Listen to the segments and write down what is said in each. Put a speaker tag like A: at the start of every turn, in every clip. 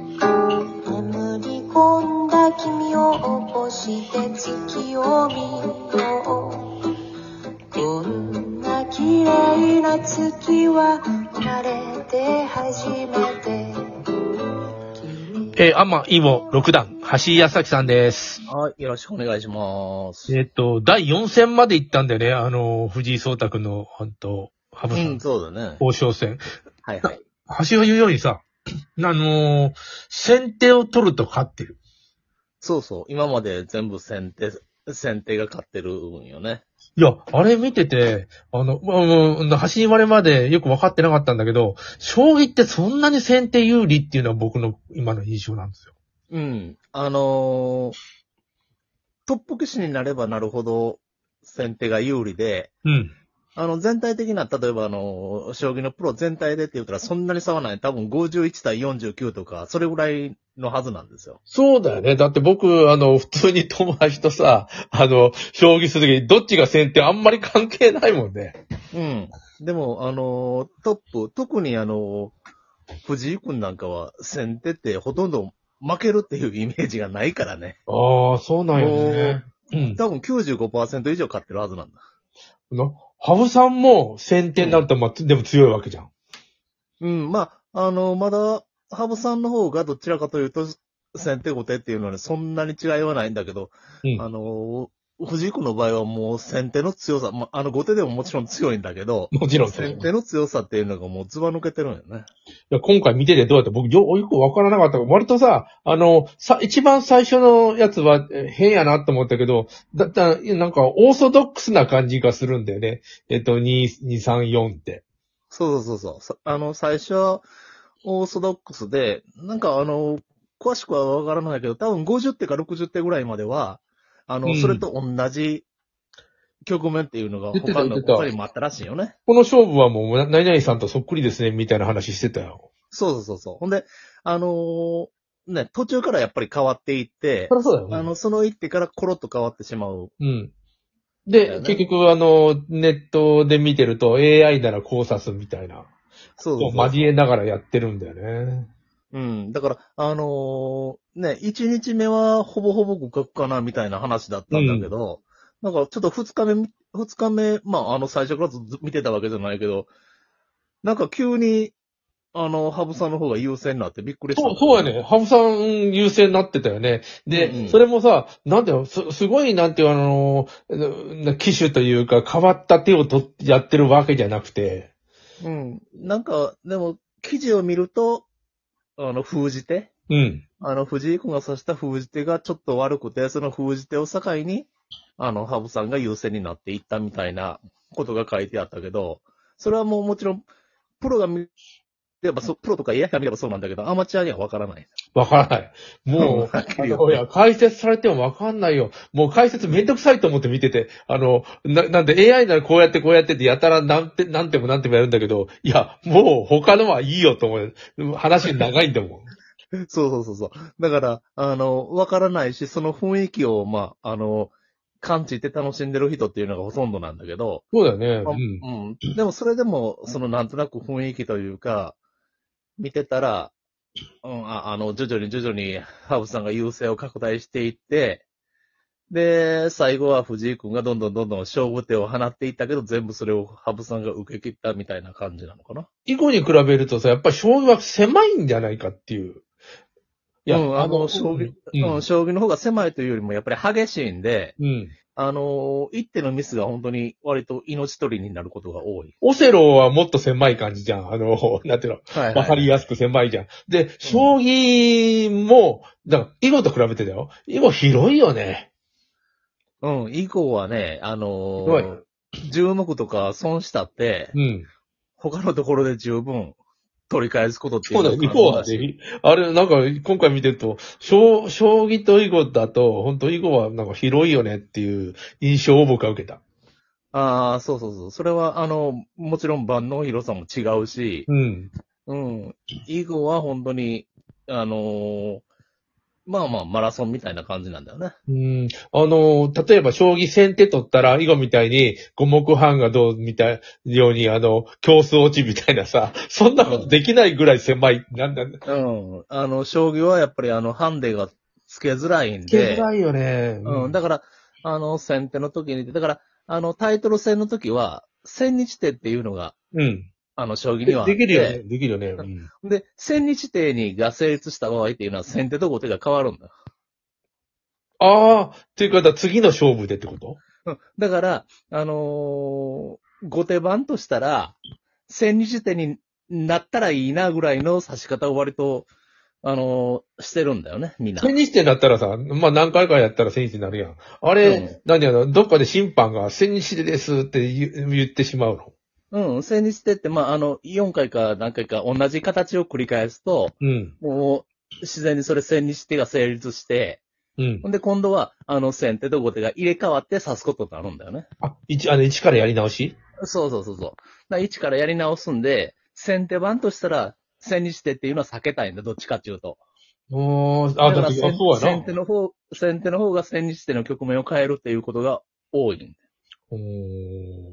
A: 眠り込んだ君を起こして月を見ようこんな綺麗な月は生まれて初めて君
B: えー、アンマン、イモ、6段、橋井康崎さんです。
C: はい、よろしくお願いします。
B: えっと、第4戦まで行ったんだよね、あの、藤井聡太君の、ほんと、羽
C: う
B: 生さん
C: ん、。そうだね。
B: 王将戦。
C: はいはい。
B: 橋井が言うようにさ、あのー先手を取ると勝ってる。
C: そうそう、今まで全部先手、先手が勝ってるんよね。
B: いや、あれ見てて、あの、まあもう、橋井割れまでよく分かってなかったんだけど、将棋ってそんなに先手有利っていうのは僕の今の印象なんですよ。
C: うん。あのートップ棋士になればなるほど先手が有利で、
B: うん。
C: あの、全体的な、例えばあのー将棋のプロ全体でって言ったらそんなに差はない。多分51対49とか、それぐらいのはずなんですよ。
B: そうだよね。だって僕、あの、普通に友達とさ、あの、将棋するときにどっちが先手あんまり関係ないもんね。
C: うん。でも、あのートップ、特にあのー藤井君なんかは先手ってほとんど負けるっていうイメージがないからね。
B: ああ、そうなん
C: よ
B: よね
C: ね。
B: うん。
C: 多分95%以上勝ってるはずなんだ。
B: な羽生さんも先手になると、まあ、つでも強いわけじゃん。
C: うん、まあ、あのーまだ、ハブさんの方がどちらかというと、先手後手っていうのはねそんなに違いはないんだけど、
B: うん
C: あのー藤井君の場合はもう先手の強さ、まあ、あの後手でももちろん強いんだけど、
B: もちろんそう。
C: 先手の強さっていうのがもうズバ抜けてるんよね。
B: いや、今回見ててどうやって僕よ、よくわからなかったから割とさ、あの、さ、一番最初のやつはえ変やなと思ったけど、だったら、なんか、オーソドックスな感じがするんだよね。えっと、2、2、3、4って。
C: そうそうそうそう。さあの、最初は、オーソドックスで、なんかあの、詳しくはわからないけど、多分50手か60手ぐらいまでは、あの、
B: うん
C: それと同じ局面っていうのが
B: 言ってた言
C: 他
B: っ
C: の
B: てた
C: 他にもあったらしいよね。
B: この勝負はもう、何々さんとそっくりですね、みたいな話してたよ。
C: そうそうそうそう。ほんで、あのーね、途中からやっぱり変わっていって、
B: りゃそうだよ
C: あの、その一手からコロッと変わってしまう。
B: うん。
C: だ
B: で、
C: よね
B: 結局、あの、ネットで見てると AI なら考察みたいな、
C: そうそう
B: こ
C: そ
B: う
C: う
B: 交えながらやってるんだよね。
C: うん。だから、あのーね、1日目はほぼほぼ互角かな、みたいな話だったんだけど、だからちょっと2日目、二日目、まあ、あの、最初からず見てたわけじゃないけど、なんか急に、あの、ハブさんの方が優勢になってびっくりした。
B: そう、そうや。ね。ハブさん優勢になってたよね。で、
C: うんうん
B: それもさ、なんていうの、す、すごい、なんていうのあの、機種というか、変わった手をとやってるわけじゃなくて、
C: うん。なんか、でも、記事を見ると、あの、封じ手
B: うん。
C: あの、藤井君が指した封じ手がちょっと悪くて、その封じ手を境に、あの、ハブさんが優勢になっていったみたいなことが書いてあったけど、それはもうもちろん、プロが見ればそ、プロとか AI が見ればそうなんだけど、アマチュアにはわからない。
B: わからない。もう、
C: はっき
B: あ
C: り言
B: の、いや、解説されてもわかんないよ。もう解説めんどくさいと思って見てて、あの、な、なんで AI ならこうやってこうやってってやたらなんて、なんてもなんてもやるんだけど、いや、もう他のはいいよと思う。話長いんだもん。
C: う。そうそうそうそう。だから、あの、わからないし、その雰囲気を、まあ、あの、感じて楽しんでる人っていうのがほとんどなんだけど、
B: そうだよね。
C: あ
B: うん。
C: うん。でもそれでも、そのなんとなく雰囲気というか、見てたら、うん、ああの、徐々に徐々にハーブさんが優勢を拡大していって、で、最後は藤井君がどんどんどんどん勝負手を放っていったけど、全部それをハブさんが受け切ったみたいな感じなのかな。
B: 以後に比べるとさ、やっぱり将棋は狭いんじゃないかっていう。い
C: うん、あの、将棋、
B: うん。う
C: うんん、将棋の方が狭いというよりも、やっぱり激しいんで、
B: うん。
C: あの、一手のミスが本当に割と命取りになることが多い。
B: オセロはもっと狭い感じじゃん。あの、 なんていう
C: はい、
B: の、わかりやすく狭いじゃん。で、将棋も、だから、囲碁と比べてだよ。囲碁広いよね。
C: うん、以降はね、あの
B: はい
C: ー、10目とか損したって、
B: うん。
C: 他のところで十分取り返すことってい
B: そう
C: う
B: だよ、
C: のが
B: 囲
C: 可
B: 碁
C: 能
B: は
C: だし。
B: ね。あれ、なんか、今回見てると、将、将棋と囲碁だと、本当囲碁はなんか広いよねっていう印象を僕は受けた。
C: ああ、そうそうそう。それは、あの、もちろん万能広さも違うし、
B: うん。
C: うん、以後は本当に、あのーまあまあ、マラソンみたいな感じなんだよね。
B: うん。あの、例えば、将棋戦って取ったら、囲碁みたいに、五目半がどうみたいように、あの、競争落ちみたいなさ、そんなことできないぐらい狭い。なんだ、
C: うん。あの、将棋はやっぱりあの、ハンデがつけづらいん
B: け
C: で。
B: づらいよね。
C: うん。だから、あの、先手の時に、だから、あの、タイトル戦の時は、千日手っていうのが、
B: うん。
C: あの、将棋に
B: で
C: はあって
B: できるよね。できるよね。うん
C: で、千日手にが成立した場合っていうのは、先手と後手が変わるんだよ。
B: ああ、ということは次の勝負でってこと
C: うんだから、あのー後手番としたら、千日手になったらいいなぐらいの指し方を割と、あのーしてるんだよね、みんな。
B: 千日手になったらさ、まあ何回かやったら千日手になるやん。あ
C: う
B: れ
C: ん、
B: 何やろ、どっかで審判が千日手ですって言う言ってしまうの。
C: うん、千日手って、まあ、あの、4回か何回か同じ形を繰り返すと、
B: うん。
C: もう、自然にそれ千日手が成立して、
B: うん
C: ほ。んで今度は、あの、先手と後手が入れ替わって指すことになるんだよね。
B: あ、一、あの、一からやり直し
C: そうそうそうそう。だから一からやり直すんで、先手番としたら、千日手っていうのは避けたいんだ、どっちかっていうと。
B: おー、あ、
C: だ
B: だ
C: から
B: って、あ
C: 先
B: そうやな
C: 先手。の方、先手の方が千日手の局面を変えるっていうことが多いんだ。
B: おー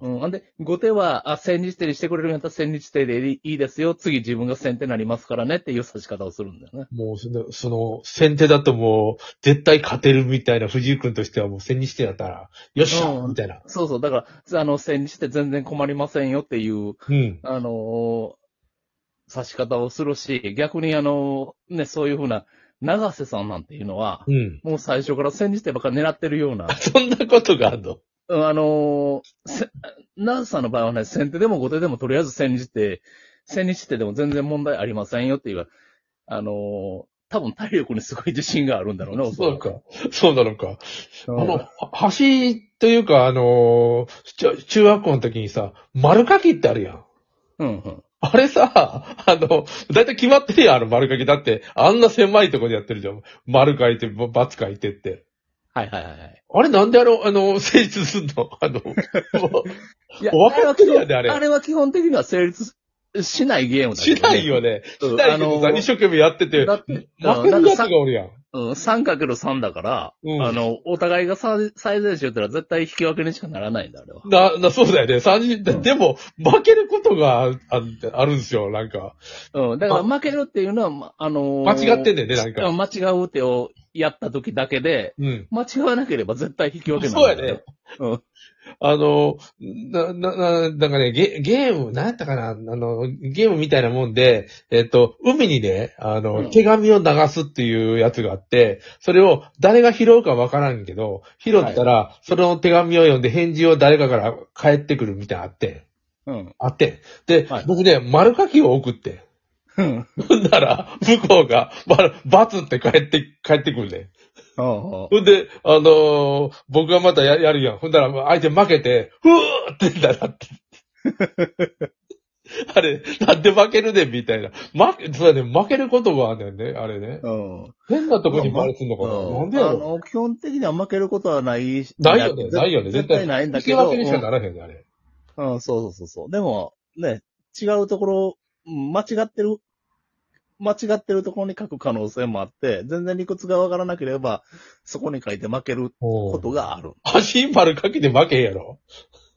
C: うん。んで、後手は、あ、千日手にしてくれるんやったら千日手でいいですよ。次自分が先手になりますからねっていう指し方をするんだよね。
B: もうその、その、先手だともう、絶対勝てるみたいな藤井君としてはもう千日手だったら、よっしゃ
C: うん
B: みたいな。
C: そうそう。だから、あの、千日手全然困りませんよっていう、
B: うん。
C: あのー指し方をするし、逆にあのーね、そういうふうな、長瀬さんなんていうのは、
B: うん。
C: もう最初から千日手ばっかり狙ってるような
B: あ、そんなことがあるの
C: うんあのーせ長瀬さんの場合はね、先手でも後手でもとりあえず千日手、千日手でも全然問題ありませんよっていう、あのー多分体力にすごい自信があるんだろうね、お
B: そ
C: ら
B: う
C: く
B: か。そうなのか。
C: うん
B: あの、は橋というか、あのーちょ中学校の時にさ、丸書きってあるやん。
C: うんうん。
B: あれさ、あの、だいたい決まってるやん、あの丸書き。だって、あんな狭いとこでやってるじゃん。丸書いて、ば×書いてって。
C: はいはいはいはい。
B: あれなんであの、あの、成立すんのあ の、も
C: いや
B: う、お分かってるやんね、あ
C: あれ
B: れ。
C: は基本的には成立しないゲームだけど
B: しないよね。
C: う
B: し
C: ん
B: ないけどさ、
C: あのー
B: 一生懸命やってて、
C: だ
B: 負
C: って、うん
B: け
C: な
B: る
C: んか
B: やつ
C: さ
B: がおるやん。
C: うん、3×3 だから、
B: うん
C: あの、お互いが最最善手やったら絶対引き分けにしかならないんだ、あれは。
B: な、な、そうだよね。三人、で
C: うん
B: でも、負けることがああるんですよ、なんか。
C: うん、だから負けるっていうのは、まあのー
B: 間違ってんだよねなんか
C: うん間違う手をやった時だけで、
B: うん。
C: 間違わなければ絶対引き分けなん
B: そうや
C: だ
B: ね
C: よ。。うん。
B: あの、な、な、な、なんかね、ゲ、ゲーム、なんやったかなあの、ゲームみたいなもんで、えっと、海にね、あの、
C: うん
B: 手紙を流すっていうやつがあって、それを誰が拾うかわからんけど、拾ったら、その手紙を読んで返事を誰かから返ってくるみたいなのあって、
C: うん。
B: あって。で、
C: はい
B: 僕ね、丸書きを送って。
C: うん。
B: ほんなら、向こうが、丸、罰って返って、返ってくるね。
C: うん
B: ほんで、あのー僕がまたややるやん。ほんだら、相手負けて、ふーってなって。 あれ、なんで負けるねんみたいな。負け、そうだね、負けることがあるんだよね、あれね。
C: うん。
B: 変なとこにバレすんのかな。
C: う
B: なんでや
C: あ
B: ろ
C: の、基本的には負けることはないし。
B: ないよね、ないよね、
C: 絶
B: 絶
C: 対
B: 対。
C: ないんだけ
B: 引き
C: ど。
B: 分けにしかならへんね、あれ。
C: うん、うんそうそうそうそう。でも、ね、違うところ、うん間違ってる、間違ってるところに書く可能性もあって、全然理屈がわからなければ、そこに書いて負けるこ
B: お
C: とがある。
B: 足丸かけて負けへんやろ。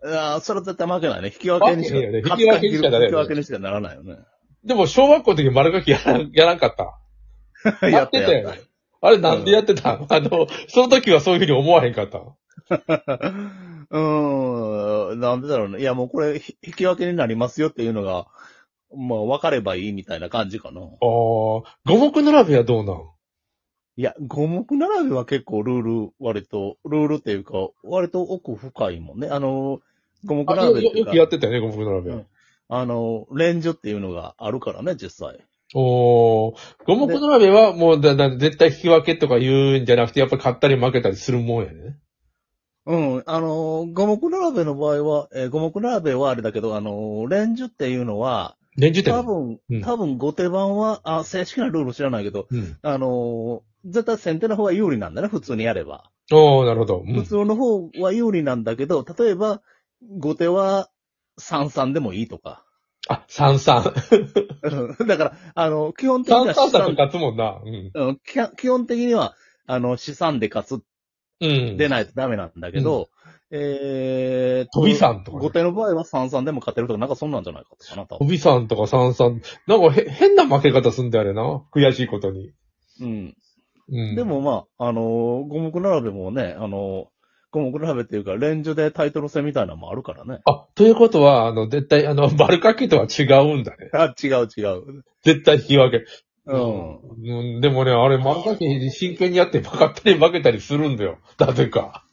C: ああ、それは絶対負けないね。引き分けにしか、
B: 負けへんよね引き分けにしかならない
C: 引き分けにしかならないよね。
B: でも、小学校の時丸書きやらやらんかった。 やって たよね。あれなんでやってた、あの、その時はそういうふうに思わへんかった。
C: うーん、なんでだろうね。いや、もうこれ、ひ引き分けになりますよっていうのが、まあ、分かればいいみたいな感じかな。
B: あー、五目並べはどうなん
C: いや、五目並びは結構ルール、割と、ルールっていうか、割と奥深いもんね。あの、五目
B: あ
C: 並
B: よ
C: びってい
B: よ
C: うか
B: くやってたよね、五目並べ。
C: うんあの、連ンっていうのがあるからね、実際。
B: おー五目並べはもうだだ絶対引き分けとか言うんじゃなくて、やっぱ勝ったり負けたりするもんやね。
C: うん、あの、五目並べの場合は、えー五目並べはあれだけど、あの、連ンっていうのは、
B: 連中点。
C: 多分
B: う、ん
C: 多分後手番は、あ、正式なルール知らないけど、
B: うん。
C: あのー絶対先手の方が有利なんだね、普通にやれば。
B: おーなるほど。うん
C: 普通の方は有利なんだけど、例えば、後手は3-3でもいいとか。
B: あ、三三。
C: うんだから、あの、基本的に
B: 三
C: は
B: 三
C: 資
B: 作
C: 産、
B: 勝つもんな。うん。
C: うんきゃ基本的には、あの、資産で勝つ、
B: うん。
C: でないとダメなんだけど、えー
B: 飛び三とかね
C: 後手の場合は三三でも勝てるとか、なんかそんなんじゃないかとかな、多
B: 飛
C: 分。
B: びさんとか三三。なんかへ変な負け方すんだよあれな。悔しいことに。
C: うん。
B: うん。
C: で、もまあ、あの、五目並べもね、あの、五目並べっていうか、連珠でタイトル戦みたいなのもあるからね。
B: あ、ということは、あの、絶対、あの、丸掛けとは違うんだね。
C: あ、違う違う。
B: 絶対引き分け。
C: うん。
B: うん。でもね、あれ、丸掛け真剣にやって、分かったり負けたりするんだよ。 なぜか。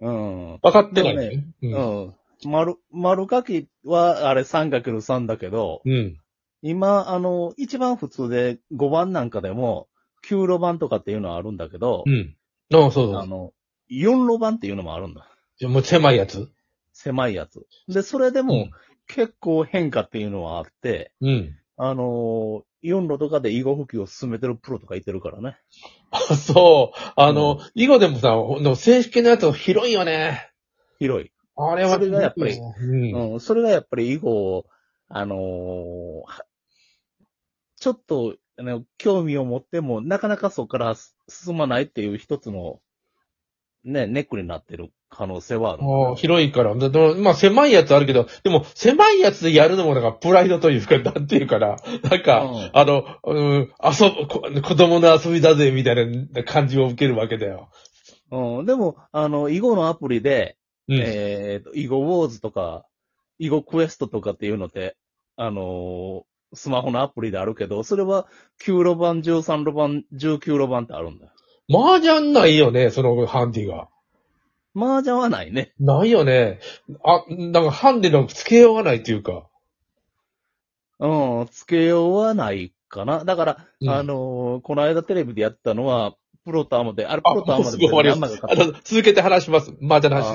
C: うん。
B: 分かってない、ね。
C: う。
B: うん
C: 丸、丸書きは、あれ 3×3 だけど、
B: ん。うん。
C: 今、あの、一番普通で5番なんかでも、9路番とかっていうのはあるんだけど
B: う、ん。あそうそ
C: あ
B: う
C: の、4路番っていうのもあるんだ。
B: じゃあ。もう狭いやつ。
C: 狭いやつ。で、それでも結構変化っていうのはあって、
B: うん。
C: あの、4路とかで囲碁復帰を進めてるプロとかいてるからね。
B: あ、そう。あの、囲碁でもさ、ほんの正式なやつ広いよね。
C: 広い。
B: あれは、
C: それがやっぱり
B: うん。
C: うん。それがやっぱり囲碁を、あのーはちょっと、あの、興味を持っても、なかなかそこからす進まないっていう一つの、ね、ネックになってる可能性はある。
B: ああ広いから。だだまあ、狭いやつあるけど、でも、狭いやつでやるのも、なんか、プライドというか、なんていうかな。なんか、
C: うん
B: あの、うん、遊ぶ、こ子供の遊びだぜ、みたいな感じを受けるわけだよ。
C: うん。でも、あの、囲碁のアプリで、
B: うん。
C: えーと、囲碁ウォーズとか、囲碁クエストとかっていうのって、あのースマホのアプリであるけど、それは9路盤、13路盤、19路盤ってあるんだよ。
B: 麻雀ないよね、そのハンディが。
C: 麻雀はないね。
B: ないよね。あ、なんか、ハンディの付けようがないというか。
C: うん、つけようはないかな。だから、
B: うん
C: あのーこの間テレビでやったのは、プロとアマで、あれプ
B: あ、
C: ロとア
B: もう
C: マ
B: す
C: で
B: ぐ終わります。
C: 何枚か
B: あ
C: 買っ
B: の、続けて話します。麻雀の話。